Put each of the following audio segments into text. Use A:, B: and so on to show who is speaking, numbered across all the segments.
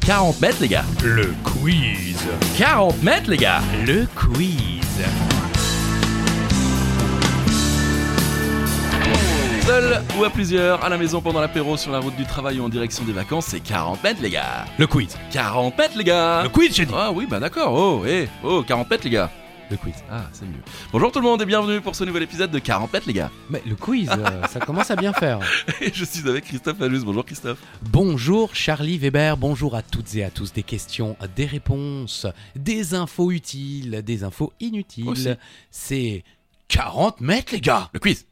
A: 40 mètres, les gars.
B: Le quiz.
A: 40 mètres, les gars.
B: Le quiz.
A: Seul ou à plusieurs, à la maison pendant l'apéro, sur la route du travail ou en direction des vacances, c'est 40 mètres, les gars.
B: Le quiz.
A: 40 mètres, les gars.
B: Le quiz, j'ai dit.
A: Ah oui, bah d'accord. Oh, hé, oh, 40 mètres, les gars.
B: Le quiz.
A: Ah, c'est mieux. Bonjour tout le monde et bienvenue pour ce nouvel épisode de 40 mètres, les gars.
C: Mais le quiz, euh, ça commence à bien faire.
A: Et je suis avec Christophe Alus. Bonjour Christophe.
C: Bonjour Charlie Weber, bonjour à toutes et à tous. Des questions, des réponses, des infos utiles, des infos inutiles.
A: Aussi.
C: C'est 40 mètres les gars
A: Le quiz.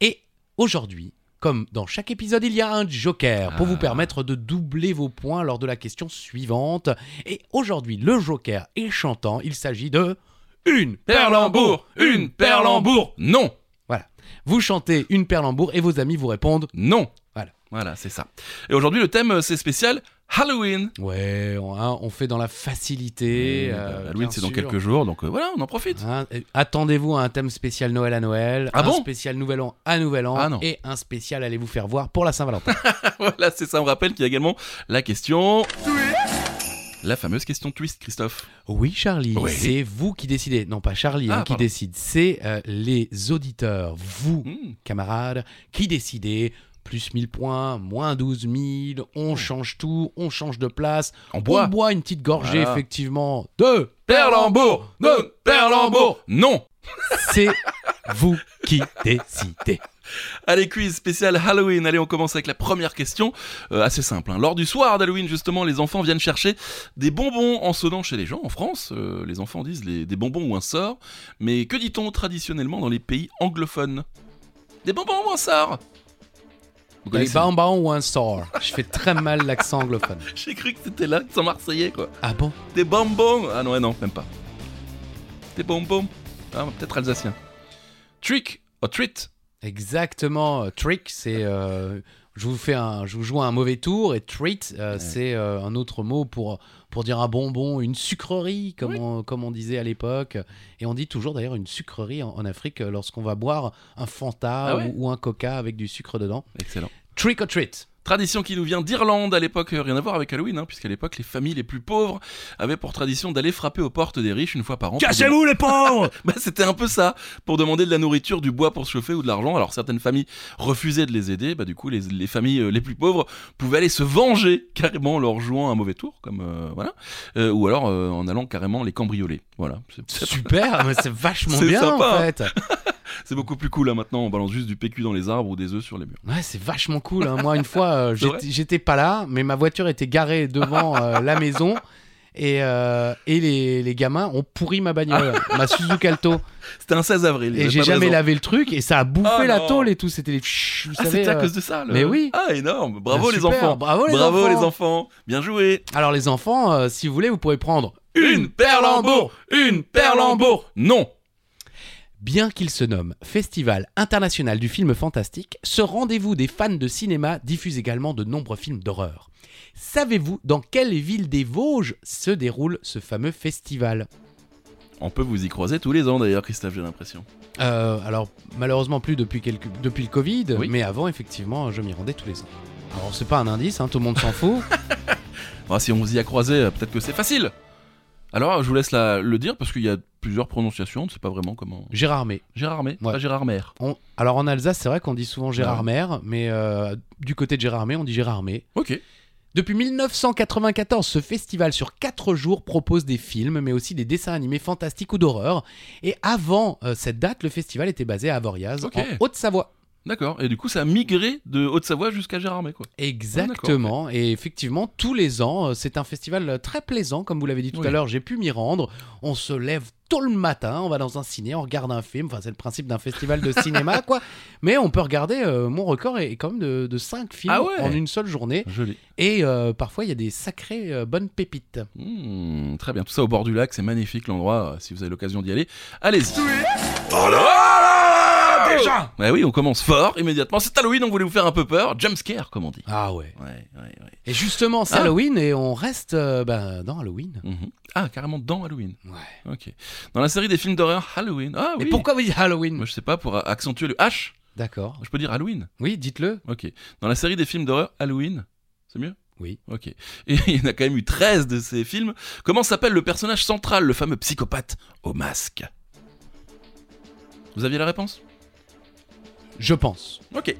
C: Et aujourd'hui, comme dans chaque épisode, il y a un joker pour
A: Ah.
C: vous permettre de doubler vos points lors de la question suivante. Et aujourd'hui, le joker est chantant, il s'agit de... Une
A: Perlembourg, une Perlembourg. Non,
C: Voilà. Vous chantez une perlembour et vos amis vous répondent
A: non.
C: Voilà.
A: Voilà, c'est ça. Et aujourd'hui, le thème, euh, c'est spécial Halloween.
C: Ouais, on, hein, on fait dans la facilité.
A: Mmh,
C: euh,
A: bah,
C: bien
A: Halloween, c'est dans
C: sûr.
A: quelques jours, donc euh, voilà, on en profite.
C: Hein, euh, Attendez-vous à un thème spécial Noël à Noël,
A: Ah
C: un
A: bon
C: spécial Nouvel An à Nouvel An
A: Ah non.
C: et un spécial Allez vous faire voir pour la Saint-Valentin.
A: voilà, c'est ça. On rappelle qu'il y a également la question. La fameuse question twist, Christophe.
C: oui Charlie,
A: Oui.
C: c'est vous qui décidez, non pas Charlie hein,
A: Ah,
C: qui
A: pardon.
C: décide, c'est euh, les auditeurs, vous
A: Mmh.
C: camarades, qui décidez. Plus 1000 points, moins 12 000, on change tout, on change de place,
A: Mm. On boit.
C: on boit une petite gorgée
A: Voilà.
C: effectivement de
A: Perlembourg, non, Perlembourg, non.
C: C'est vous qui décidez.
A: Allez, quiz spécial Halloween. Allez, on commence avec la première question. Euh, assez simple. hein. Lors du soir d'Halloween, justement, les enfants viennent chercher des bonbons en sonnant chez les gens. En France, euh, les enfants disent les- des bonbons ou un sort. Mais que dit-on traditionnellement dans les pays anglophones Des bonbons ou un sort Vous
C: Les
A: connaissez
C: bonbons ou un sort. Je fais très mal l'accent anglophone.
A: J'ai cru que c'était là, que c'est marseillais, quoi.
C: Ah bon
A: Des bonbons Ah non, ouais, non, même pas. Des bonbons Ah, peut-être alsacien. Trick or treat
C: Exactement. euh, Trick, c'est. euh, je vous fais un, je vous joue un mauvais tour et treat, euh, c'est euh, un autre mot pour pour dire un bonbon, une sucrerie, comme on, comme on disait à l'époque. Et on dit toujours d'ailleurs une sucrerie en, en Afrique euh, lorsqu'on va boire un Fanta
A: Ah ouais
C: ou, ou un Coca avec du sucre dedans.
A: Excellent.
C: Trick or treat.
A: Tradition qui nous vient d'Irlande à l'époque, euh, rien à voir avec Halloween, hein, puisqu'à l'époque les familles les plus pauvres avaient pour tradition d'aller frapper aux portes des riches une fois par an. pour demander-
B: les pauvres
A: Bah, C'était un peu ça, pour demander de la nourriture, du bois pour se chauffer ou de l'argent. Alors certaines familles refusaient de les aider, bah, du coup les, les familles euh, les plus pauvres pouvaient aller se venger carrément en leur jouant un mauvais tour, comme euh, voilà, Euh, ou alors euh, en allant carrément les cambrioler. Voilà, c'est- c'est
C: Super, mais c'est vachement
A: C'est
C: bien
A: sympa.
C: en fait.
A: c'est beaucoup plus cool là maintenant, on balance juste du PQ dans les arbres ou des œufs sur les murs.
C: Ouais, c'est vachement cool. hein. Moi, une fois, euh,
A: C'est vrai
C: j'étais- j'étais pas là, mais ma voiture était garée devant euh, la maison. Et, euh, et les, les gamins ont pourri ma bagnole, ma Suzuki Alto.
A: C'était un 16 avril. il y
C: Et
A: avait Ah.
C: j'ai
A: pas de
C: jamais
A: raison.
C: lavé le truc et ça a bouffé
A: Oh
C: la
A: non.
C: tôle et tout. C'était les. Chut, vous
A: Ah,
C: savez,
A: c'était à
C: euh,
A: cause de ça. le-
C: mais oui.
A: Ah énorme, bravo les
C: super,
A: enfants.
C: Bravo les
A: Bravo
C: enfants.
A: les enfants, bien joué.
C: Alors, les enfants, euh, si vous voulez, vous pouvez prendre.
A: Une Perlembourg, une Perlembourg. Non.
C: Bien qu'il se nomme Festival international du film fantastique, ce rendez-vous des fans de cinéma diffuse également de nombreux films d'horreur. Savez-vous dans quelle ville des Vosges se déroule ce fameux festival
A: On peut vous y croiser tous les ans d'ailleurs, Christophe, j'ai l'impression.
C: Euh, Alors malheureusement plus depuis, quelques- depuis le Covid,
A: Oui.
C: mais avant effectivement je m'y rendais tous les ans. Alors c'est pas un indice, hein, tout le monde s'en fout.
A: Bah, si on vous y a croisé, euh, peut-être que c'est facile. Alors, je vous laisse la- le dire parce qu'il y a plusieurs prononciations, on ne sait pas vraiment comment.
C: Gérard May.
A: Gérard May,
C: Ouais.
A: pas Gérard Maire.
C: On- Alors en Alsace c'est vrai qu'on dit souvent
A: Ah
C: Gérard Mer, mais euh, du côté de Gérard May on dit Gérard May.
A: Ok.
C: Depuis 1994, ce festival sur 4 jours propose des films, mais aussi des dessins animés fantastiques ou d'horreur. Et avant euh, cette date, le festival était basé à Avoriaz,
A: Ok.
C: en Haute-Savoie.
A: D'accord. Et du coup, ça a migré de Haute-Savoie jusqu'à Gérard May, quoi.
C: Exactement.
A: Ah,
C: Et effectivement, tous les ans, euh, c'est un festival euh, très plaisant. Comme vous l'avez dit tout
A: Oui.
C: à l'heure, j'ai pu m'y rendre. On se lève tôt le matin, on va dans un ciné, on regarde un film. Enfin, c'est le principe d'un festival de cinéma, quoi. Mais on peut regarder, euh, mon record est est quand même de, 5 films
A: Ah ouais.
C: en une seule journée.
A: Joli.
C: Et euh, parfois, il y a des sacrées euh, bonnes pépites.
A: Hmm, très bien. Tout ça au bord du lac, c'est magnifique l'endroit. euh, Si vous avez l'occasion d'y aller, allez-y. Oh Ah,
B: Déjà
A: Ouais, Bah oui, on commence fort immédiatement. C'est Halloween, on voulait vous faire un peu peur. Jumpscare, comme on dit.
C: Ah ouais.
A: Ouais, ouais, ouais.
C: Et justement, c'est
A: Ah.
C: Halloween et on reste euh, ben, dans Halloween.
A: Mhm. Ah, carrément dans Halloween.
C: Ouais.
A: Ok. Dans la série des films d'horreur Halloween. Ah
C: Mais
A: oui.
C: pourquoi vous dites Halloween
A: Moi, je sais pas pour accentuer le H.
C: D'accord.
A: Je peux dire Halloween.
C: Oui, dites-le.
A: Ok. Dans la série des films d'horreur Halloween, c'est mieux.
C: Oui.
A: Ok. Et il y en a quand même eu 13 de ces films. Comment s'appelle le personnage central, le fameux psychopathe au masque Vous aviez la réponse
C: Je pense.
A: Ok.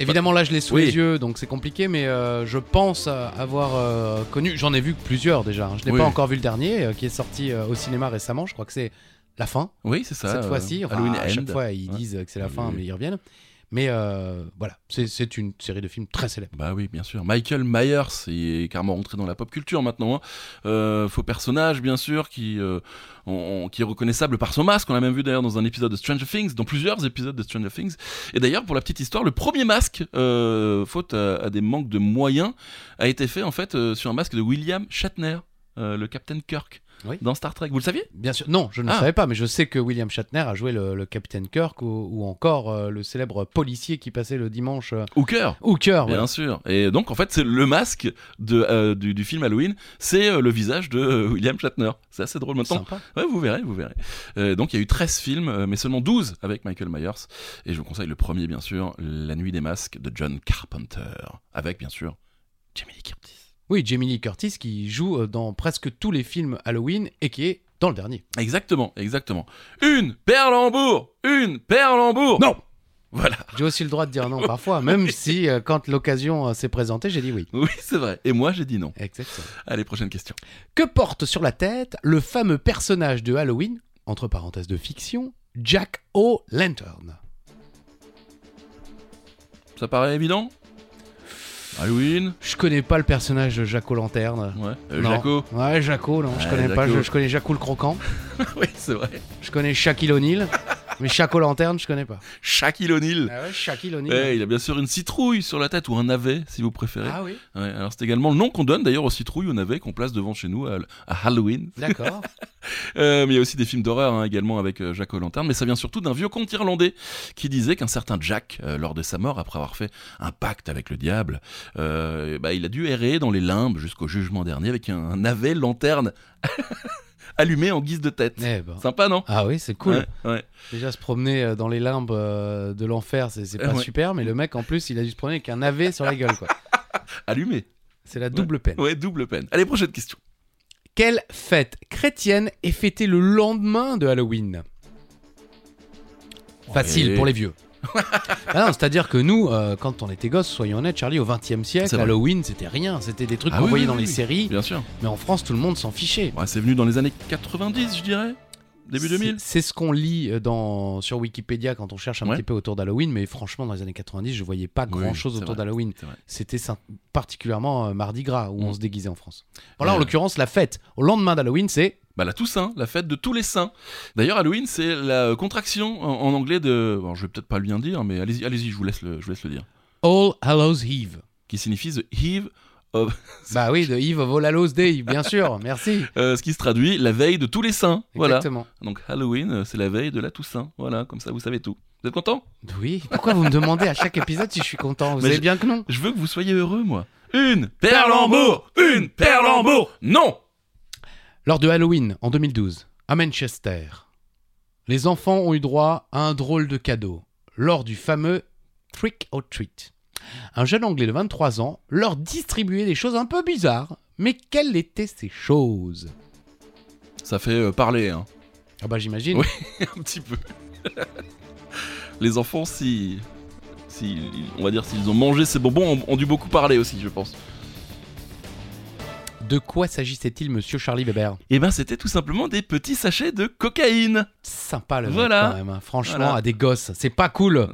C: Évidemment, là, je l'ai sous
A: Oui.
C: les yeux, donc c'est compliqué, mais euh, je pense euh, avoir euh, connu. J'en ai vu plusieurs déjà. hein. Je n'ai
A: Oui.
C: pas encore vu le dernier, euh, qui est sorti euh, au cinéma récemment. Je crois que c'est la fin
A: Oui, c'est ça.
C: cette
A: euh,
C: fois-ci. Enfin,
A: Halloween
C: à chaque
A: End.
C: fois, ils
A: Ouais.
C: disent que c'est la
A: Oui,
C: fin,
A: oui.
C: mais ils reviennent. Mais euh, voilà, c'est- c'est une série de films très célèbre.
A: Bah oui, bien sûr. Michael Myers, il est carrément rentré dans la pop culture maintenant. hein. Euh, faux personnage, bien sûr, qui, euh, on- on- qui est reconnaissable par son masque. On l'a même vu d'ailleurs dans un épisode de Stranger Things, dans plusieurs épisodes de Stranger Things. Et d'ailleurs, pour la petite histoire, le premier masque, euh, faute à, à des manques de moyens, a été fait en fait euh, sur un masque de William Shatner, euh, le Captain Kirk,
C: Oui.
A: dans Star Trek. Vous le saviez
C: Bien sûr, non, je ne
A: Ah.
C: savais pas, mais je sais que William Shatner a joué le, le capitaine Kirk ou, ou encore euh, le célèbre policier qui passait le dimanche euh,
A: Hooker
C: Hooker.
A: Bien
C: voilà.
A: sûr. Et donc, en fait, c'est le masque de, euh, du, du film Halloween, c'est euh, le visage de euh, William Shatner. C'est assez drôle maintenant.
C: Sympa.
A: Ouais, vous verrez, vous verrez. Euh, donc, il y a eu 13 films, euh, mais seulement 12 avec Michael Myers. Et je vous conseille le premier, bien sûr, La Nuit des Masques de John Carpenter. Avec, bien sûr, Jamie Lee Curtis.
C: Oui, Jamie Lee Curtis qui joue euh, dans presque tous les films Halloween et qui est dans le dernier.
A: Exactement, exactement. Une Perlembourg Une Perlembourg
C: Non
A: Voilà.
C: J'ai aussi le droit de dire non parfois, même si euh, quand l'occasion euh, s'est présentée, j'ai dit oui.
A: Oui, c'est vrai. Et moi, j'ai dit non.
C: Exactement.
A: Allez, prochaine question.
C: Que porte sur la tête le fameux personnage de Halloween, entre parenthèses de fiction, Jack O' Lantern
A: Ça paraît évident Halloween
C: Je connais pas le personnage de Jack O' Lantern.
A: Ouais. Euh,
C: Non.
A: Jaco
C: Ouais, Jaco, non, je
A: Ouais,
C: connais pas.
A: Jaco.
C: Je, je connais Jaco le croquant,
A: Oui, c'est vrai.
C: je connais Shaquille O'Neal, mais Jaco Lanterne, je connais pas.
A: Shaquille O'Neal.
C: Ah ouais, Shaquille O'Neal.
A: Eh, il a bien sûr une citrouille sur la tête ou un navet, si vous préférez.
C: ah oui,
A: Ouais, alors c'est également le nom qu'on donne d'ailleurs aux citrouilles, aux navets qu'on place devant chez nous à, à Halloween.
C: d'accord.
A: Euh, mais il y a aussi des films d'horreur hein, également avec euh, Jack O'Lantern, mais ça vient surtout d'un vieux conte irlandais qui disait qu'un certain Jack, euh, lors de sa mort, après avoir fait un pacte avec le diable, euh, bah, il a dû errer dans les limbes jusqu'au jugement dernier avec un, un navet lanterne allumé en guise de tête.
C: Eh ben.
A: Sympa, non
C: Ah oui, c'est cool.
A: Ouais, ouais.
C: Déjà se promener euh, dans les limbes euh, de l'enfer, c'est c'est
A: Euh,
C: pas
A: ouais.
C: super, mais le mec en plus, il a dû se promener avec un AV sur la gueule, quoi.
A: Allumé.
C: C'est la double peine.
A: Ouais, double peine. Allez, prochaine question.
C: Quelle fête chrétienne est fêtée le lendemain de Halloween Facile
A: Ouais.
C: pour les vieux. Ah non, C'est-à-dire que nous, euh, quand on était gosses, soyons honnêtes, Charlie, au XXe siècle,
A: C'est vrai.
C: Halloween, c'était rien. C'était des trucs
A: Ah
C: qu'on
A: oui,
C: voyait
A: oui,
C: dans
A: oui,
C: les
A: oui.
C: séries,
A: Bien sûr.
C: mais en France, tout le monde s'en fichait.
A: Ouais, c'est venu dans les années 90, je dirais. Début
C: C'est-
A: 2000.
C: C'est ce qu'on lit euh, dans, sur Wikipédia quand on cherche un
A: Ouais.
C: petit peu autour d'Halloween, mais franchement, dans les années 90, je voyais pas
A: Oui,
C: grand-chose
A: c'est
C: autour
A: vrai.
C: d'Halloween.
A: C'est vrai.
C: C'était sin- particulièrement euh, Mardi Gras, où
A: Mm.
C: on se déguisait en France. Voilà, en
A: Ouais.
C: l'occurrence, la fête au lendemain d'Halloween, c'est
A: Bah, la Toussaint, la fête de tous les saints. D'ailleurs, Halloween, c'est la contraction en, en anglais de. Bon, je vais peut-être pas le bien dire, mais allez-y, allez-y, je vous laisse le, je vous laisse le dire.
C: All Hallows Eve.
A: Qui signifie the Eve,
C: Bah oui, de Eve of All Hallows Day, bien sûr, merci.
A: euh, ce qui se traduit la veille de tous les saints. Voilà.
C: Exactement.
A: Donc Halloween, euh, c'est la veille de la Toussaint. Voilà, comme ça, vous savez tout. Vous êtes content
C: Oui, pourquoi vous me demandez à chaque épisode si je suis content Vous
A: Mais
C: savez
A: je-
C: bien que non.
A: Je veux que vous soyez heureux, moi. Une Perlembourg Une Perlembourg Non
C: Lors de Halloween, en 2012, à Manchester, les enfants ont eu droit à un drôle de cadeau lors du fameux Trick or Treat. Un jeune Anglais de 23 ans leur distribuait des choses un peu bizarres, mais quelles étaient ces choses
A: Ça fait euh, parler, hein.
C: Ah bah j'imagine.
A: Oui. un petit peu. Les enfants, si, si, on va dire s'ils ont mangé ces bonbons, ont, ont dû beaucoup parler aussi, je pense.
C: De quoi s'agissait-il, monsieur Charlie Weber
A: Et ben, c'était tout simplement des petits sachets de cocaïne.
C: Sympa le
A: Voilà.
C: mec quand même, hein. franchement,
A: Voilà.
C: à des gosses, c'est pas cool.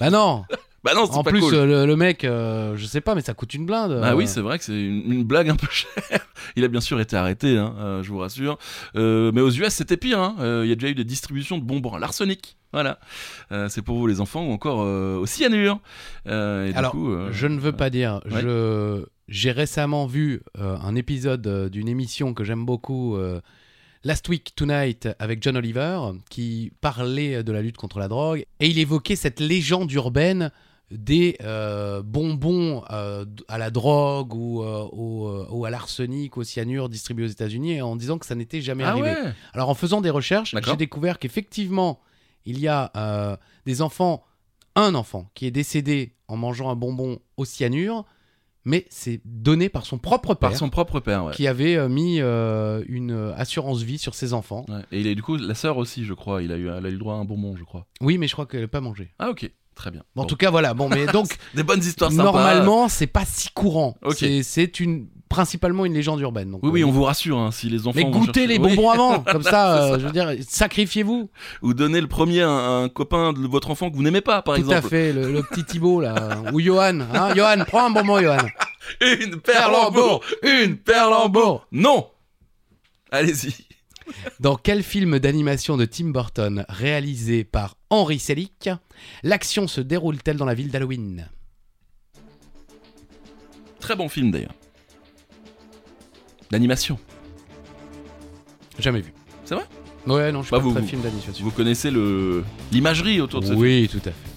C: bah non,
A: Bah non,
C: en
A: c'est pas
C: plus
A: cool.
C: euh, le, le mec, euh, je sais pas, mais ça coûte une blinde.
A: Ah oui,
C: Euh,
A: c'est vrai que c'est une, une blague un peu chère. Il a bien sûr été arrêté, hein, euh, je vous rassure. Euh, mais aux US, c'était pire. hein. Euh, Il y a déjà eu des distributions de bonbons à l'arsenic. Voilà. Euh, c'est pour vous, les enfants, ou encore euh, au cyanure. Euh, et du
C: Alors,
A: coup, euh,
C: Je ne veux pas dire.
A: Ouais.
C: Je j'ai récemment vu euh, un épisode euh, d'une émission que j'aime beaucoup, euh, Last Week Tonight, avec John Oliver, qui parlait de la lutte contre la drogue et il évoquait cette légende urbaine des euh, bonbons euh, d- à la drogue ou, euh, au, euh, ou à l'arsenic, au cyanure distribués aux États-Unis en disant que ça n'était jamais
A: Ah
C: arrivé.
A: ouais
C: Alors en faisant des recherches,
A: D'accord.
C: j'ai découvert qu'effectivement, il y a euh, des enfants, un enfant qui est décédé en mangeant un bonbon au cyanure, mais c'est donné par son propre père
A: Par son propre père, ouais.
C: qui avait euh, mis euh, une euh, assurance vie sur ses enfants.
A: Ouais. Et il a, du coup, la sœur aussi, je crois. Il a eu, elle a eu le droit à un bonbon, je crois.
C: Oui, mais je crois qu'elle n'a pas mangé.
A: Ah, ok. Très bien.
C: Bon, En
A: Bon.
C: tout cas, voilà. Bon, mais donc,
A: Des bonnes histoires sympas.
C: normalement, c'est pas si courant.
A: Ok.
C: C'est- C'est une principalement une légende urbaine. donc,
A: Oui, oui,
C: euh,
A: on vous rassure, hein, si les enfants.
C: Mais
A: vont
C: goûtez
A: chercher-
C: les
A: Oui.
C: bonbons avant, comme ça, euh, je veux dire, sacrifiez-vous.
A: Ou donnez le premier à un, un copain de votre enfant que vous n'aimez pas, par
C: Tout à
A: exemple.
C: fait, le, le petit Thibaut là, ou Johan. Hein, Johan, prends un bonbon, Johan.
A: Une perle en bourre Une perle en bourre Non Allez-y.
C: Dans quel film d'animation de Tim Burton, réalisé par Henry Selick, l'action se déroule-t-elle dans la ville d'Halloween
A: Très bon film, d'ailleurs. L'animation.
C: Jamais vu.
A: C'est vrai
C: Ouais, non, je suis
A: Bah,
C: pas
A: vous-
C: très
A: vous-
C: film d'animation.
A: Vous connaissez le l'imagerie autour de ce
C: Oui, tout à fait.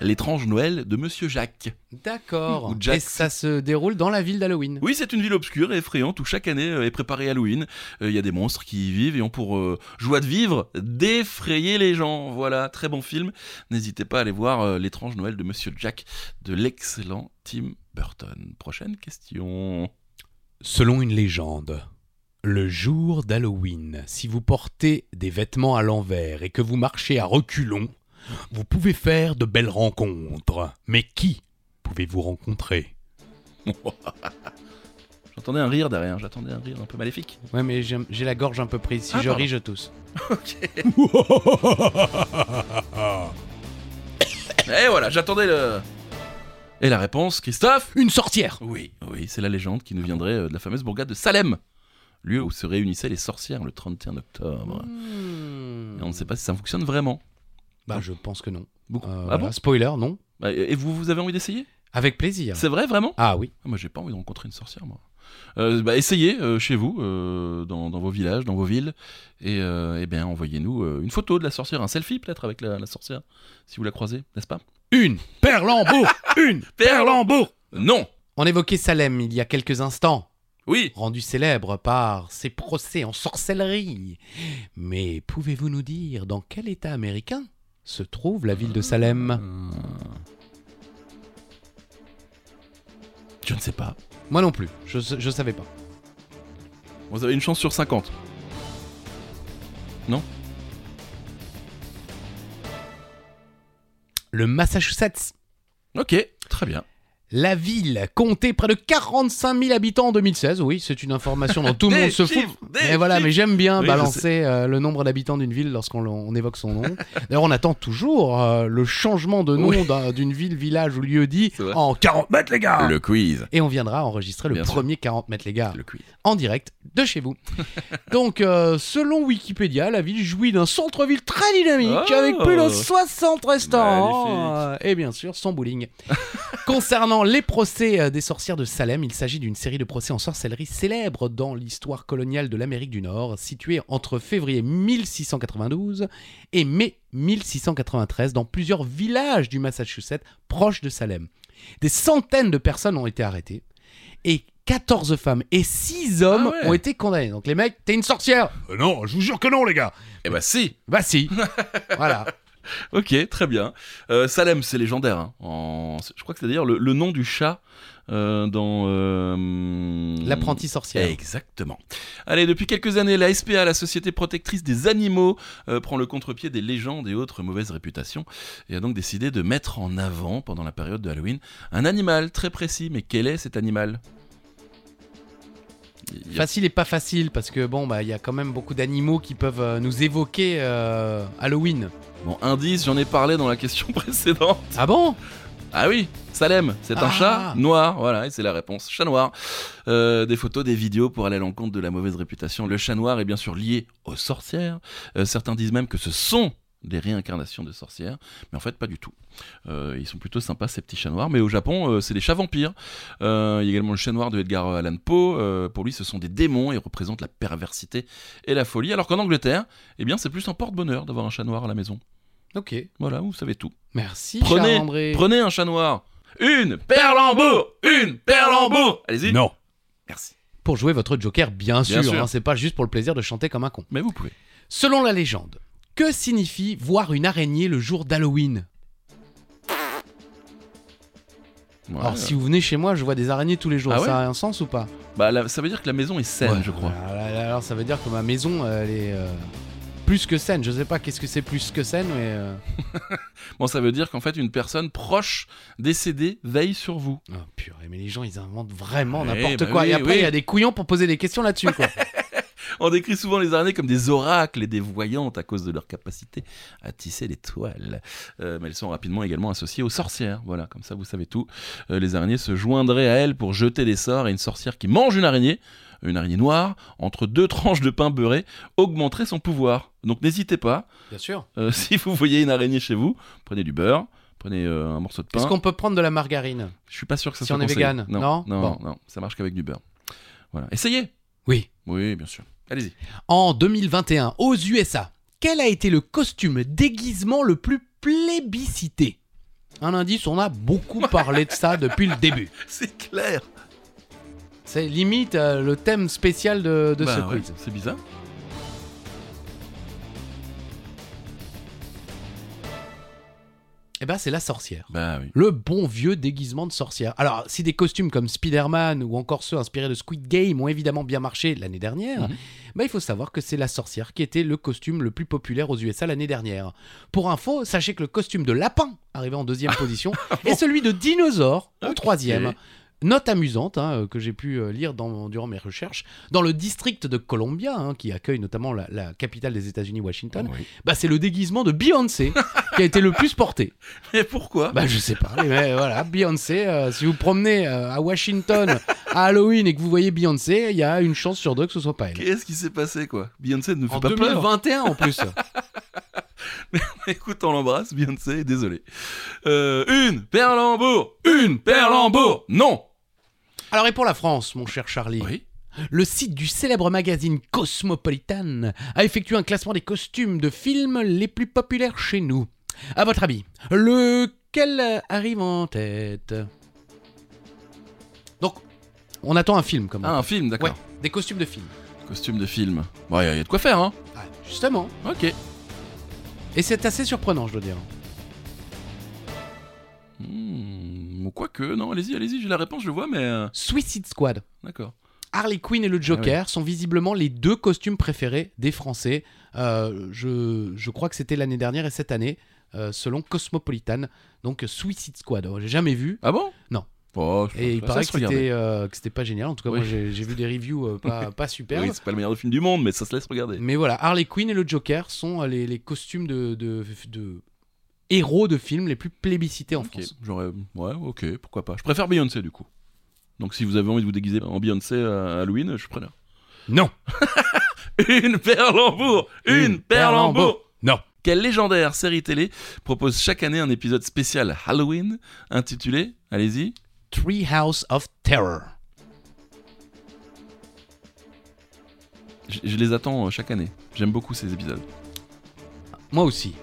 A: L'étrange Noël de Monsieur Jacques.
C: D'accord.
A: Ou Jack-
C: Et ça se déroule dans la ville d'Halloween.
A: Oui, c'est une ville obscure et effrayante où chaque année euh, est préparé Halloween. Euh, Il y a des monstres qui y vivent et ont pour euh, joie de vivre d'effrayer les gens. Voilà, très bon film. N'hésitez pas à aller voir euh, L'étrange Noël de Monsieur Jack de l'excellent Tim Burton. Prochaine question.
C: Selon une légende, le jour d'Halloween, si vous portez des vêtements à l'envers et que vous marchez à reculons, vous pouvez faire de belles rencontres. Mais qui pouvez-vous rencontrer
A: J'entendais un rire derrière, j'attendais un rire un peu maléfique.
C: Ouais, mais j'ai j'ai la gorge un peu prise. Si
A: Ah,
C: je
A: pardon.
C: ris, je tousse.
A: Et Eh voilà, j'attendais le... Et la réponse, Christophe
C: Une sorcière
A: Oui, oui, c'est la légende qui nous viendrait euh, de la fameuse bourgade de Salem, lieu où se réunissaient les sorcières le 31 octobre.
C: Hmm.
A: Et on ne sait pas si ça fonctionne vraiment.
C: Bah, je pense que non.
A: Beaucoup.
C: Euh,
A: ah
C: voilà.
A: bon
C: Spoiler, non.
A: Bah, Et vous, vous avez envie d'essayer
C: Avec plaisir.
A: C'est vrai, vraiment
C: Ah oui.
A: Ah, Moi, j'ai pas envie de rencontrer une sorcière, moi. Euh, bah, essayez euh, chez vous, euh, dans, dans vos villages, dans vos villes, et, euh, eh bien envoyez-nous euh, une photo de la sorcière, un selfie peut-être avec la, la sorcière, si vous la croisez, n'est-ce pas
C: Une Perlambour Une Perlambour
A: Non
C: On évoquait Salem il y a quelques instants.
A: Oui
C: rendu célèbre par ses procès en sorcellerie. Mais pouvez-vous nous dire dans quel état américain se trouve la ville de Salem
A: Je ne sais pas.
C: Moi non plus, je, sa- je savais pas.
A: Vous avez une chance sur 50.
C: Le Massachusetts,
A: Ok, très bien.
C: la ville comptait près de 45 000 habitants en 2016. Oui, c'est une information dont tout le
A: Des
C: monde se fout.
A: chiffres, des
C: Mais voilà,
A: chiffres.
C: mais j'aime bien
A: Oui, je
C: balancer euh, le nombre d'habitants d'une ville lorsqu'on l'on- on évoque son nom. D'ailleurs, on attend toujours euh, le changement de nom
A: Oui.
C: d'un- d'une ville, village ou lieu dit
A: C'est vrai.
C: en 40 mètres, les gars.
A: Le quiz.
C: Et on viendra enregistrer le
A: Bien sûr.
C: premier 40 mètres, les gars.
A: Le quiz.
C: en direct de chez vous. Donc, euh, selon Wikipédia, la ville jouit d'un centre-ville très dynamique
A: Oh.
C: avec plus de 60 restaurants euh, et bien sûr son bowling. Concernant les procès euh, des sorcières de Salem, il s'agit d'une série de procès en sorcellerie célèbres dans l'histoire coloniale de l'Amérique du Nord, située entre février 1692 et mai 1693 dans plusieurs villages du Massachusetts proches de Salem. Des centaines de personnes ont été arrêtées et 14 femmes et 6 hommes
A: Ah ouais.
C: ont été condamnés. Donc les mecs, t'es une sorcière Euh, Non, je vous jure que non les gars
A: Eh bah si
C: Bah si Voilà.
A: Ok, très bien. Euh, Salem, c'est légendaire. hein. En- Je crois que c'est d'ailleurs le, le nom du chat euh, dans... euh,
C: L'apprenti sorcière.
A: Exactement. Allez, depuis quelques années, la SPA, la Société Protectrice des Animaux, euh, prend le contre-pied des légendes et autres mauvaises réputations et a donc décidé de mettre en avant, pendant la période de Halloween, un animal très précis. Mais quel est cet animal Il y a-
C: Facile et pas facile parce que bon bah il y a quand même beaucoup d'animaux qui peuvent euh, nous évoquer euh, Halloween.
A: Bon, indice, j'en ai parlé dans la question précédente.
C: Ah bon
A: Ah oui, Salem, c'est un
C: Ah.
A: chat noir, voilà, et c'est la réponse, chat noir. Euh, des photos, des vidéos pour aller à l'encontre de la mauvaise réputation. Le chat noir est bien sûr lié aux sorcières. Euh, certains disent même que ce sont des réincarnations de sorcières, mais en fait pas du tout. Euh, ils sont plutôt sympas ces petits chats noirs, mais au Japon euh, c'est des chats vampires. Euh, il y a également le chat noir de Edgar Allan Poe. Euh, pour lui ce sont des démons et représentent la perversité et la folie. Alors qu'en Angleterre, eh bien c'est plus un porte-bonheur d'avoir un chat noir à la maison.
C: Ok.
A: Voilà, vous savez tout.
C: Merci
A: Prenez-
C: Charles-André.
A: Prenez un chat noir. Une perle en bourre Une perle en bourre Allez-y.
C: Non.
A: Merci.
C: Pour jouer votre Joker bien, sûr,
A: sûr.
C: hein, c'est pas juste pour le plaisir de chanter comme un con.
A: Mais vous pouvez.
C: Selon la légende, que signifie voir une araignée le jour d'Halloween
A: Ouais.
C: Alors, si vous venez chez moi, je vois des araignées tous les jours.
A: Ah ouais
C: ça a un sens ou pas
A: Bah, la- ça veut dire que la maison est saine, je crois.
C: Alors, là, là, alors, ça veut dire que ma maison, elle est euh, plus que saine. Je sais pas qu'est-ce que c'est plus que saine, mais. euh,
A: Bon, ça veut dire qu'en fait, une personne proche décédée veille sur vous.
C: Oh, purée, mais les gens, ils inventent vraiment
A: Ouais,
C: n'importe
A: bah
C: quoi.
A: oui,
C: Et après,
A: oui.
C: il y a des couillons pour poser des questions là-dessus, quoi.
A: On décrit souvent les araignées comme des oracles et des voyantes à cause de leur capacité à tisser les toiles. Euh, mais elles sont rapidement également associées aux sorcières. Voilà, comme ça vous savez tout. Euh, les araignées se joindraient à elles pour jeter des sorts et une sorcière qui mange une araignée, une araignée noire, entre deux tranches de pain beurré, augmenterait son pouvoir. Donc n'hésitez pas,
C: Bien sûr.
A: euh, si vous voyez une araignée chez vous, prenez du beurre, prenez euh, un morceau de
C: Est-ce
A: pain.
C: qu'on peut prendre de la margarine
A: Je suis pas sûr que ça
C: Si
A: soit
C: on est
A: conseillé.
C: vegan,
A: non,
C: non
A: non,
C: Bon.
A: non, ça marche qu'avec du beurre. Voilà, essayez.
C: Oui.
A: Oui, bien sûr. Allez-y.
C: En 2021, aux USA, quel a été le costume déguisement le plus plébiscité Un indice, on a beaucoup parlé de ça depuis le début.
A: C'est clair.
C: C'est limite euh, le thème spécial de, de
A: Bah
C: ce
A: ouais,
C: quiz.
A: C'est bizarre.
C: Eh ben, c'est la sorcière.
A: Bah oui.
C: Le bon vieux déguisement de sorcière. Alors, si des costumes comme Spider-Man ou encore ceux inspirés de Squid Game ont évidemment bien marché l'année dernière,
A: Mhm.
C: bah, il faut savoir que c'est la sorcière qui était le costume le plus populaire aux USA l'année dernière. Pour info, sachez que le costume de lapin, arrivé en deuxième position, et celui de dinosaure en
A: Oh. Ok.
C: troisième. Note amusante hein, euh, que j'ai pu euh, lire dans- durant mes recherches, dans le district de Columbia, hein, qui accueille notamment la, la capitale des États-Unis, Washington,
A: Oui.
C: bah, c'est le déguisement de Beyoncé qui a été le plus porté.
A: Mais pourquoi
C: Bah je sais pas, mais voilà, Beyoncé, euh, si vous promenez euh, à Washington à Halloween et que vous voyez Beyoncé, il y a une chance sur deux que ce soit pas elle.
A: Bah, Qu'est-ce qui s'est passé quoi Beyoncé ne nous fait
C: En
A: pas peur.
C: 2021 en plus.
A: Écoute, on l'embrasse, Beyoncé, désolé. Euh, une Perlambour Une Perlambour Non
C: Alors et pour la France, mon cher Charlie,
A: Oui
C: le site du célèbre magazine Cosmopolitan a effectué un classement des costumes de films les plus populaires chez nous. À votre avis, lequel arrive en tête Donc, on attend un film comme
A: Ah, un film, d'accord.
C: Des costumes de films.
A: Costume de film. Bon, il y, a- y a de quoi faire, hein
C: Ah, justement.
A: Ok.
C: Et c'est assez surprenant, je dois dire.
A: Hmm, Quoique, non, allez-y, allez-y, j'ai la réponse, je le vois, mais... euh,
C: Suicide Squad.
A: D'accord.
C: Harley Quinn et
A: Ah
C: le Joker sont visiblement les deux costumes préférés des Français. Euh, je, je crois que c'était l'année dernière et cette année, euh, selon Cosmopolitan. Donc Suicide Squad, Oh, j'ai jamais vu.
A: Ah bon
C: Non.
A: Oh, je
C: Et il
A: ça
C: paraît
A: se
C: que
A: regardait.
C: c'était, euh, que c'était pas génial. En tout cas,
A: Oui.
C: moi j'ai, j'ai vu des reviews euh, pas, pas superbes.
A: Oui, c'est pas le meilleur film du monde, mais ça se laisse regarder.
C: Mais voilà, Harley Quinn et le Joker sont euh, les, les costumes de, de- de héros de films les plus plébiscités en
A: Ok,
C: France.
A: J'aurais. Ouais, ok, pourquoi pas. Je préfère Beyoncé du coup. Donc si vous avez envie de vous déguiser en Beyoncé à Halloween, je suis preneur.
C: Non
A: Une perlembour Une
C: Une Perlembour.
A: perlembour
C: Non
A: Quelle légendaire série télé propose chaque année un épisode spécial Halloween intitulé, allez-y,
C: Three House of Terror.
A: je, je les attends euh, chaque année. J'aime beaucoup ces épisodes.
C: Moi aussi.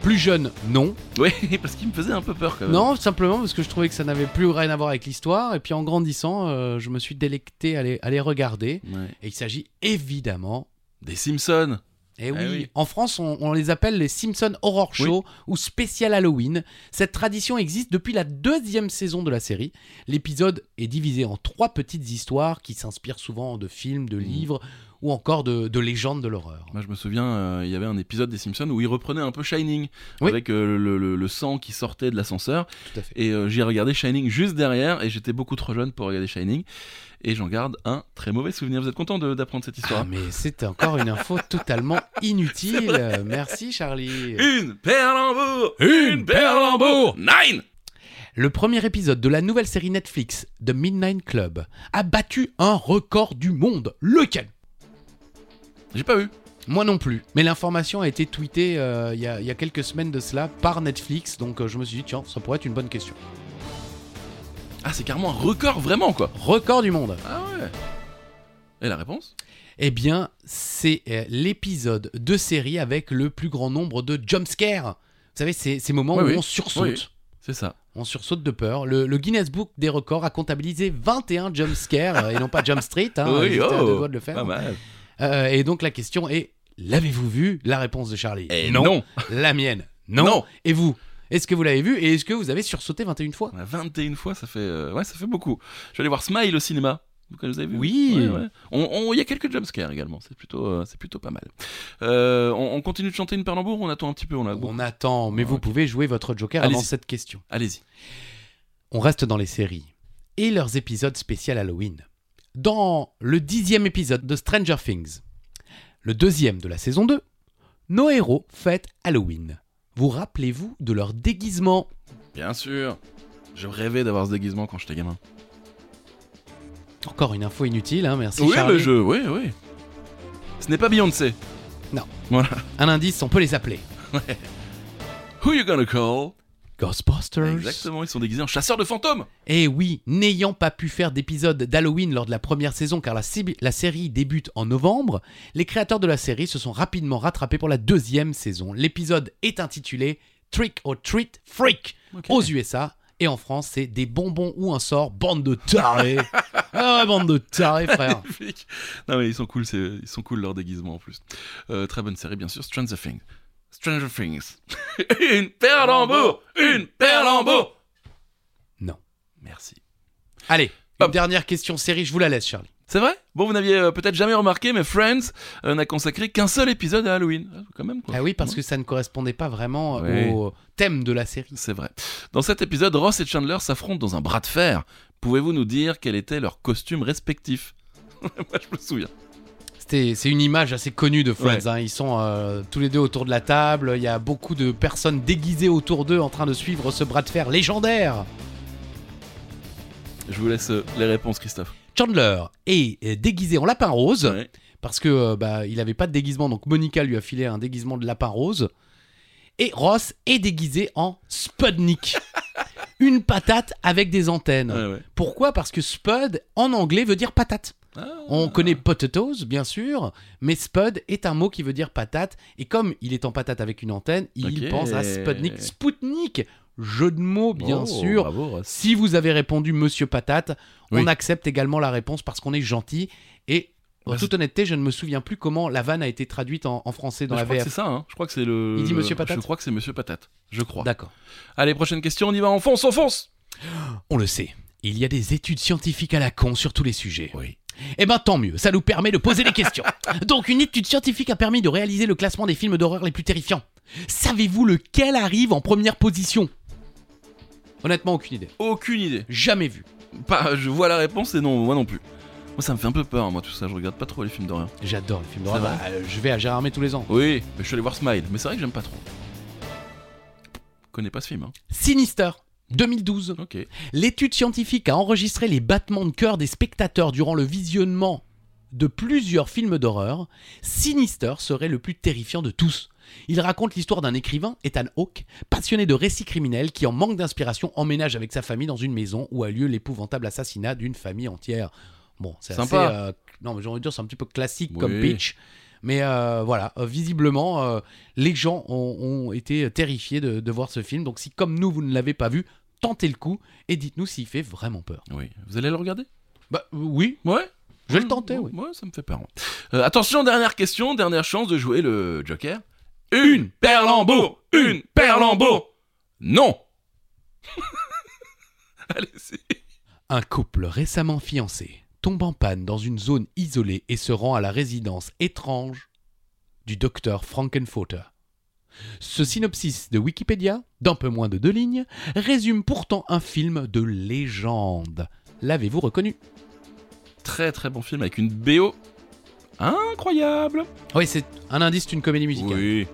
C: Plus jeune, non.
A: Oui, parce qu'ils me faisaient un peu peur quand même.
C: Non, simplement parce que je trouvais que ça n'avait plus rien à voir avec l'histoire. Et puis en grandissant, euh, je me suis délecté à les, à les regarder.
A: Ouais.
C: Et il s'agit évidemment.
A: Des Simpsons
C: Et oui,
A: Eh oui.
C: en France, on, on les appelle les Simpson Horror Show ou spécial Halloween. Cette tradition existe depuis la deuxième saison de la série. L'épisode est divisé en trois petites histoires qui s'inspirent souvent de films, de livres ou encore de, de légendes de l'horreur.
A: Moi, je me souviens, euh, il y avait un épisode des Simpsons où ils reprenaient un peu Shining,
C: Oui.
A: avec euh, le, le- le sang qui sortait de l'ascenseur.
C: Tout à fait.
A: Et euh, j'ai regardé Shining juste derrière, et j'étais beaucoup trop jeune pour regarder Shining, et j'en garde un très mauvais souvenir. Vous êtes content de- d'apprendre cette
C: Ah,
A: histoire
C: mais c'est encore une info totalement inutile. Euh, Merci Charlie.
A: Une perlembour
B: Une Perlembour
A: Nine
C: Le premier épisode de la nouvelle série Netflix, The Midnight Club, a battu un record du monde. Lequel
A: J'ai pas vu.
C: Moi non plus. Mais l'information a été tweetée euh, il y, a- il y a quelques semaines de cela par Netflix, donc euh, je me suis dit, tiens, ça pourrait être une bonne question.
A: Ah, c'est carrément un record, vraiment, quoi.
C: Record du monde
A: Ah ouais. Et la réponse
C: Eh bien, c'est euh, l'épisode de série avec le plus grand nombre de jumpscares. Vous savez, ces, ces moments
A: Oui,
C: où
A: oui.
C: on sursaute.
A: Oui, oui. C'est ça.
C: On sursaute de peur. Le, le Guinness Book des records a comptabilisé 21 jumpscares, euh, et non pas Jump Street. Hein,
A: Oui,
C: j'étais à
A: oh.
C: deux doigts de le faire.
A: Pas mal.
C: Euh, et donc la question est l'avez-vous vu La réponse de Charlie.
A: Et
C: La mienne.
A: Eh Non.
C: Et vous Est-ce que vous l'avez vu et est-ce que vous avez sursauté 21 fois
A: On a 21 fois, ça fait, euh, ouais, ça fait beaucoup. Je suis allé voir Smile au cinéma. Vous vous avez vu
C: Oui.
A: Ouais, ouais. On- on- Il y a quelques jumpscares également, c'est plutôt, euh, c'est plutôt pas mal. Euh, on, on continue de chanter une Perlembourg, on attend un petit peu, on a...
C: On attend, mais
A: Ah,
C: vous
A: ok.
C: pouvez jouer votre joker
A: Allez-y.
C: avant cette question.
A: Allez-y.
C: On reste dans les séries et leurs épisodes spéciaux Halloween. Dans le dixième épisode de Stranger Things, le deuxième de la saison 2, nos héros fêtent Halloween. Vous rappelez-vous de leur déguisement
A: Bien sûr. Je rêvais d'avoir ce déguisement quand j'étais gamin.
C: Encore une info inutile, hein, merci
A: Oui,
C: Charlie.
A: le jeu, oui, oui. Ce n'est pas Beyoncé.
C: Non.
A: Voilà.
C: Un indice, on peut les appeler.
A: Who you gonna call
C: Ghostbusters.
A: Exactement, ils sont déguisés en chasseurs de fantômes.
C: Et Eh oui, n'ayant pas pu faire d'épisode d'Halloween lors de la première saison car la, sébi- la série débute en novembre, les créateurs de la série se sont rapidement rattrapés pour la deuxième saison. L'épisode est intitulé Trick or Treat Freak aux USA. Et en France, c'est des bonbons ou un sort, bande de tarés. ah, bande de tarés, frère.
A: Magnifique. Non mais ils sont cool, c'est- ils sont cool leurs déguisements en plus. Euh, très bonne série bien sûr, Stranger Things. Stranger Things. une perle en beau, une perle en beau.
C: Non.
A: Merci.
C: Allez, une
A: Hop.
C: dernière question série, je vous la laisse, Charlie.
A: C'est vrai Bon, vous n'aviez euh, peut-être jamais remarqué, mais Friends euh, n'a consacré qu'un seul épisode à Halloween. Ah, quand même quoi.
C: Ah oui, parce que ça ne correspondait pas vraiment
A: Ouais.
C: au thème de la série.
A: C'est vrai. Dans cet épisode, Ross et Chandler s'affrontent dans un bras de fer. Pouvez-vous nous dire quel était leur costume respectif Moi, je me souviens.
C: C'était- C'est une image assez connue de Friends.
A: Ouais.
C: hein. Ils sont euh, tous les deux autour de la table. Il y a beaucoup de personnes déguisées autour d'eux en train de suivre ce bras de fer légendaire.
A: Je vous laisse euh, les réponses, Christophe.
C: Chandler est euh, déguisé en lapin rose
A: Ouais.
C: parce que euh, bah, il n'avait pas de déguisement, donc Monica lui a filé un déguisement de lapin rose. Et Ross est déguisé en Spudnik, une patate avec des antennes.
A: Ouais, ouais.
C: Pourquoi Parce que Spud en anglais veut dire patate.
A: Ah.
C: On connaît potatoes, bien sûr, mais spud est un mot qui veut dire patate. Et comme il est en patate avec une antenne, il
A: Ok.
C: pense à Sputnik. Spoutnik Jeu de mots, bien
A: Oh,
C: sûr.
A: bravo, Ross.
C: Si vous avez répondu Monsieur Patate, on
A: Oui.
C: accepte également la réponse parce qu'on est gentil. Et en
A: Bah,
C: toute honnêteté, je ne me souviens plus comment la vanne a été traduite en, en français dans
A: je
C: la
A: crois que
C: VF.
A: c'est ça, hein. je crois que c'est le.
C: Il dit Monsieur Patate
A: Je crois que c'est Monsieur Patate, je crois.
C: D'accord.
A: Allez, prochaine question, on y va, on fonce, on fonce
C: On le sait. Il y a des études scientifiques à la con sur tous les sujets.
A: Oui.
C: Eh ben tant mieux, ça nous permet de poser des questions. Donc une étude scientifique a permis de réaliser le classement des films d'horreur les plus terrifiants. Savez-vous lequel arrive en première position Honnêtement, aucune idée.
A: Aucune idée.
C: Jamais vu.
A: Pas, je vois la réponse et non, moi non plus. Moi, ça me fait un peu peur, moi, tout ça, je regarde pas trop les films d'horreur.
C: J'adore les films
A: C'est
C: d'horreur.
A: vrai
C: Bah, euh, je vais à Gérardmer tous les ans.
A: Oui, mais je suis allé voir Smile, mais c'est vrai que j'aime pas trop. Je connais pas ce film, hein.
C: Sinister. 2012.
A: Ok.
C: L'étude scientifique a enregistré les battements de cœur des spectateurs durant le visionnement de plusieurs films d'horreur. Sinister serait le plus terrifiant de tous. Il raconte l'histoire d'un écrivain, Ethan Hawke, passionné de récits criminels qui, en manque d'inspiration, emménage avec sa famille dans une maison où a lieu l'épouvantable assassinat d'une famille entière. Bon, c'est assez,
A: Sympa.
C: euh, non, mais j'ai envie de dire c'est un petit peu classique
A: Oui.
C: comme pitch. Mais euh, voilà, euh, visiblement, euh, les gens ont, ont été terrifiés de, de voir ce film. Donc si comme nous, vous ne l'avez pas vu, tentez le coup et dites-nous s'il fait vraiment peur.
A: Oui. Vous allez le regarder
C: Bah oui,
A: Ouais.
C: je vais le tenter, oui.
A: Ouais, ça me fait peur. Hmm, moi. Euh, attention, dernière question, dernière chance de jouer le Joker. Une perle en beau Une perle en beau Non Allez-y.
C: Un couple récemment fiancé tombe en panne dans une zone isolée et se rend à la résidence étrange du docteur Frankenfurter. Ce synopsis de Wikipédia, d'un peu moins de deux lignes, résume pourtant un film de légende. L'avez-vous reconnu
A: Très très bon film avec une BO incroyable.
C: Oui, c'est un indice, c'est une comédie musicale.
A: Oui.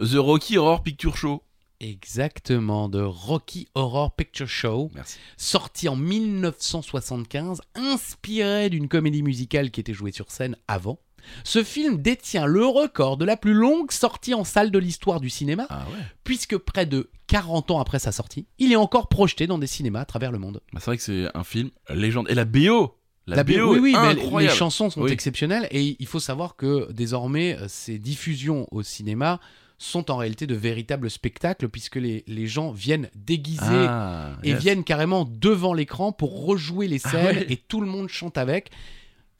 A: The Rocky Horror Picture Show.
C: Exactement, de Rocky Horror Picture Show.
A: Merci.
C: sorti en 1975, inspiré d'une comédie musicale qui était jouée sur scène avant. Ce film détient le record de la plus longue sortie en salle de l'histoire du cinéma,
A: Ah ouais.
C: puisque près de 40 ans après sa sortie, il est encore projeté dans des cinémas à travers le monde.
A: Bah, c'est vrai que c'est un film légende. Et la BO La,
C: bi-
A: BO
C: oui, oui,
A: est
C: mais
A: incroyable.
C: les chansons sont
A: Oui.
C: exceptionnelles et il faut savoir que désormais, euh, ces diffusions au cinéma sont en réalité de véritables spectacles, puisque les, les gens viennent déguisés
A: Ah,
C: et
A: yes.
C: viennent carrément devant l'écran pour rejouer les
A: Ah
C: scènes
A: ouais.
C: et tout le monde chante avec.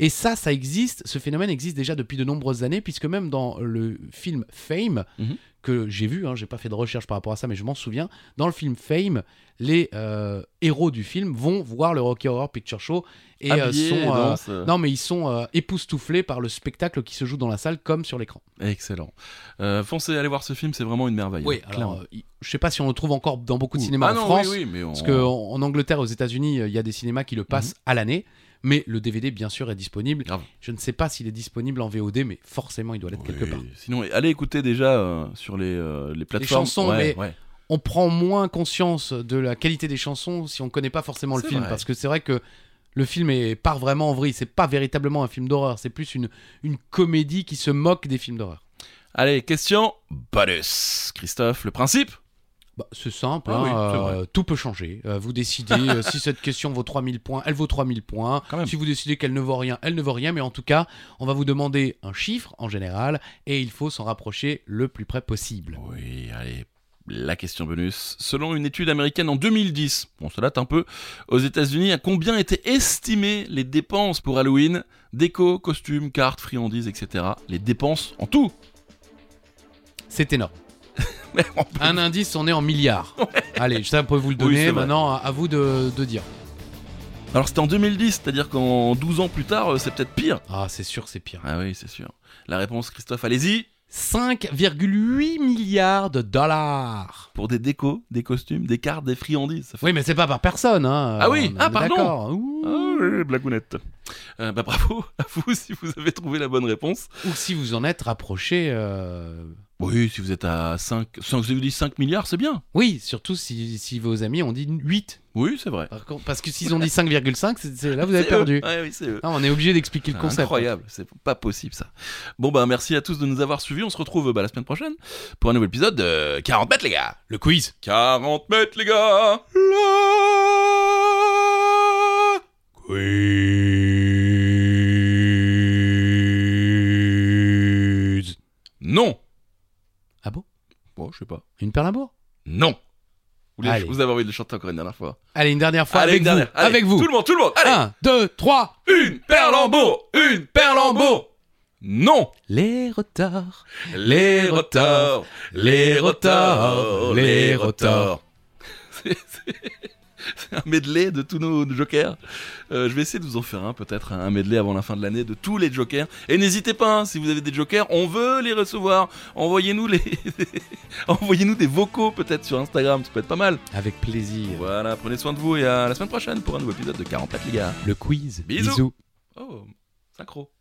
C: Et ça, ça existe, ce phénomène existe déjà depuis de nombreuses années, puisque même dans le film Fame,
A: Mhm.
C: que j'ai vu, hein, j'ai pas fait de recherche par rapport à ça, mais je m'en souviens, dans le film Fame, les euh, héros du film vont voir le Rocky Horror Picture Show et euh,
A: Habillé,
C: sont. euh,
A: danse, euh,
C: non, mais ils sont euh, époustouflés par le spectacle qui se joue dans la salle comme sur l'écran.
A: Excellent. Euh, foncez, allez voir ce film, c'est vraiment une merveille.
C: Oui,
A: hein,
C: alors,
A: clairement.
C: euh, il- je sais pas si on le trouve encore dans beaucoup de
A: Ouh.
C: cinémas
A: Ah
C: en
A: non,
C: France,
A: oui, oui, mais on-
C: parce qu'en Angleterre, aux États-Unis, euh, il y a des cinémas
A: Mhm.
C: qui le passent à l'année, mais le DVD, bien sûr, est disponible.
A: Grave.
C: Je ne sais pas s'il est disponible en VOD, mais forcément, il doit l'être quelque
A: Oui.
C: part.
A: Sinon, allez écouter déjà euh, sur les, euh, les plateformes.
C: chansons,
A: Ouais,
C: mais-
A: ouais.
C: On prend moins conscience de la qualité des chansons si on ne connaît pas forcément le
A: C'est
C: film,
A: vrai.
C: parce que c'est vrai que le film est, part vraiment en vrille. C'est pas véritablement un film d'horreur, c'est plus une, une comédie qui se moque des films d'horreur.
A: Allez, question bonus. Christophe, le principe
C: Bah, c'est simple,
A: Ah
C: hein,
A: oui, c'est
C: euh, tout peut changer. Euh, vous décidez euh, si cette question vaut 3000 points, elle vaut 3000 points.
A: Quand même.
C: Si vous décidez qu'elle ne vaut rien, elle ne vaut rien. Mais en tout cas, on va vous demander un chiffre en général et il faut s'en rapprocher le plus près possible.
A: Oui, allez. La question bonus. Selon une étude américaine en 2010, bon, ça date un peu, aux États-Unis, à combien étaient estimées les dépenses pour Halloween Déco, costumes, cartes, friandises, etc. Les dépenses en tout
C: C'est énorme.
A: Mais on peut-
C: Un indice, on est en milliards. Allez, ça, on peut vous le
A: Oui, c'est
C: donner.
A: vrai.
C: Maintenant, à, à vous de, de dire.
A: Alors, c'était en 2010, c'est-à-dire qu'en 12 ans plus tard, euh, c'est peut-être pire.
C: Ah, c'est sûr, c'est pire.
A: Ah oui, c'est sûr. La réponse, Christophe, allez-y
C: 5,8 milliards de dollars.
A: Pour des décos, des costumes, des cartes, des friandises. Ça fait...
C: Oui, mais c'est pas par personne. Hein.
A: Ah oui,
C: On- on
A: ah,
C: est
A: pardon.
C: d'accord. Ouh.
A: Ah oui, blagounette. Euh, bah, bravo à vous si vous avez trouvé la bonne réponse.
C: Ou si vous en êtes rapproché. euh,
A: Oui, si vous êtes à 5, 5 je vous dis 5 milliards, c'est bien.
C: Oui, surtout si, si vos amis ont dit 8.
A: Oui, c'est vrai.
C: Par contre, parce que s'ils ont dit 5,5, c'est- c'est- là Ah, vous avez
A: C'est
C: perdu.
A: eux. Ouais, oui, c'est eux.
C: Ah, on est obligé d'expliquer le
A: C'est
C: concept.
A: Incroyable, c'est pas possible ça. Bon bah merci à tous de nous avoir suivis, on se retrouve bah, la semaine prochaine pour un nouvel épisode de 40 mètres les gars.
C: Le quiz.
A: 40 mètres les gars. La-
C: Quiz.
A: Non.
C: Ah bon
A: Bon, je sais pas.
C: Une perlimbour
A: Non. Vous, voulez-
C: Allez.
A: vous avez envie de le chanter encore une dernière fois.
C: Allez, une dernière fois
A: Allez,
C: avec
A: une
C: vous.
A: dernière. Allez,
C: avec vous.
A: Tout le monde, tout le monde. Allez.
C: 1, 2, 3.
A: Une perle en beau, une perle en beau. Non.
C: Les retards.
A: Les
C: retards,
A: les
C: retards, les retards.
A: C'est c'est un medley de tous nos jokers. Euh, je vais essayer de vous en faire un, peut-être un medley avant la fin de l'année de tous les jokers. Et n'hésitez pas, hein, si vous avez des jokers, on veut les recevoir. Envoyez-nous les, envoyez-nous des vocaux peut-être sur Instagram, ça peut être pas mal.
C: Avec plaisir.
A: Voilà, prenez soin de vous et à la semaine prochaine pour un nouveau épisode de 44 les gars.
C: Le quiz.
A: Bisous.
C: Bisous.
A: Oh, synchro.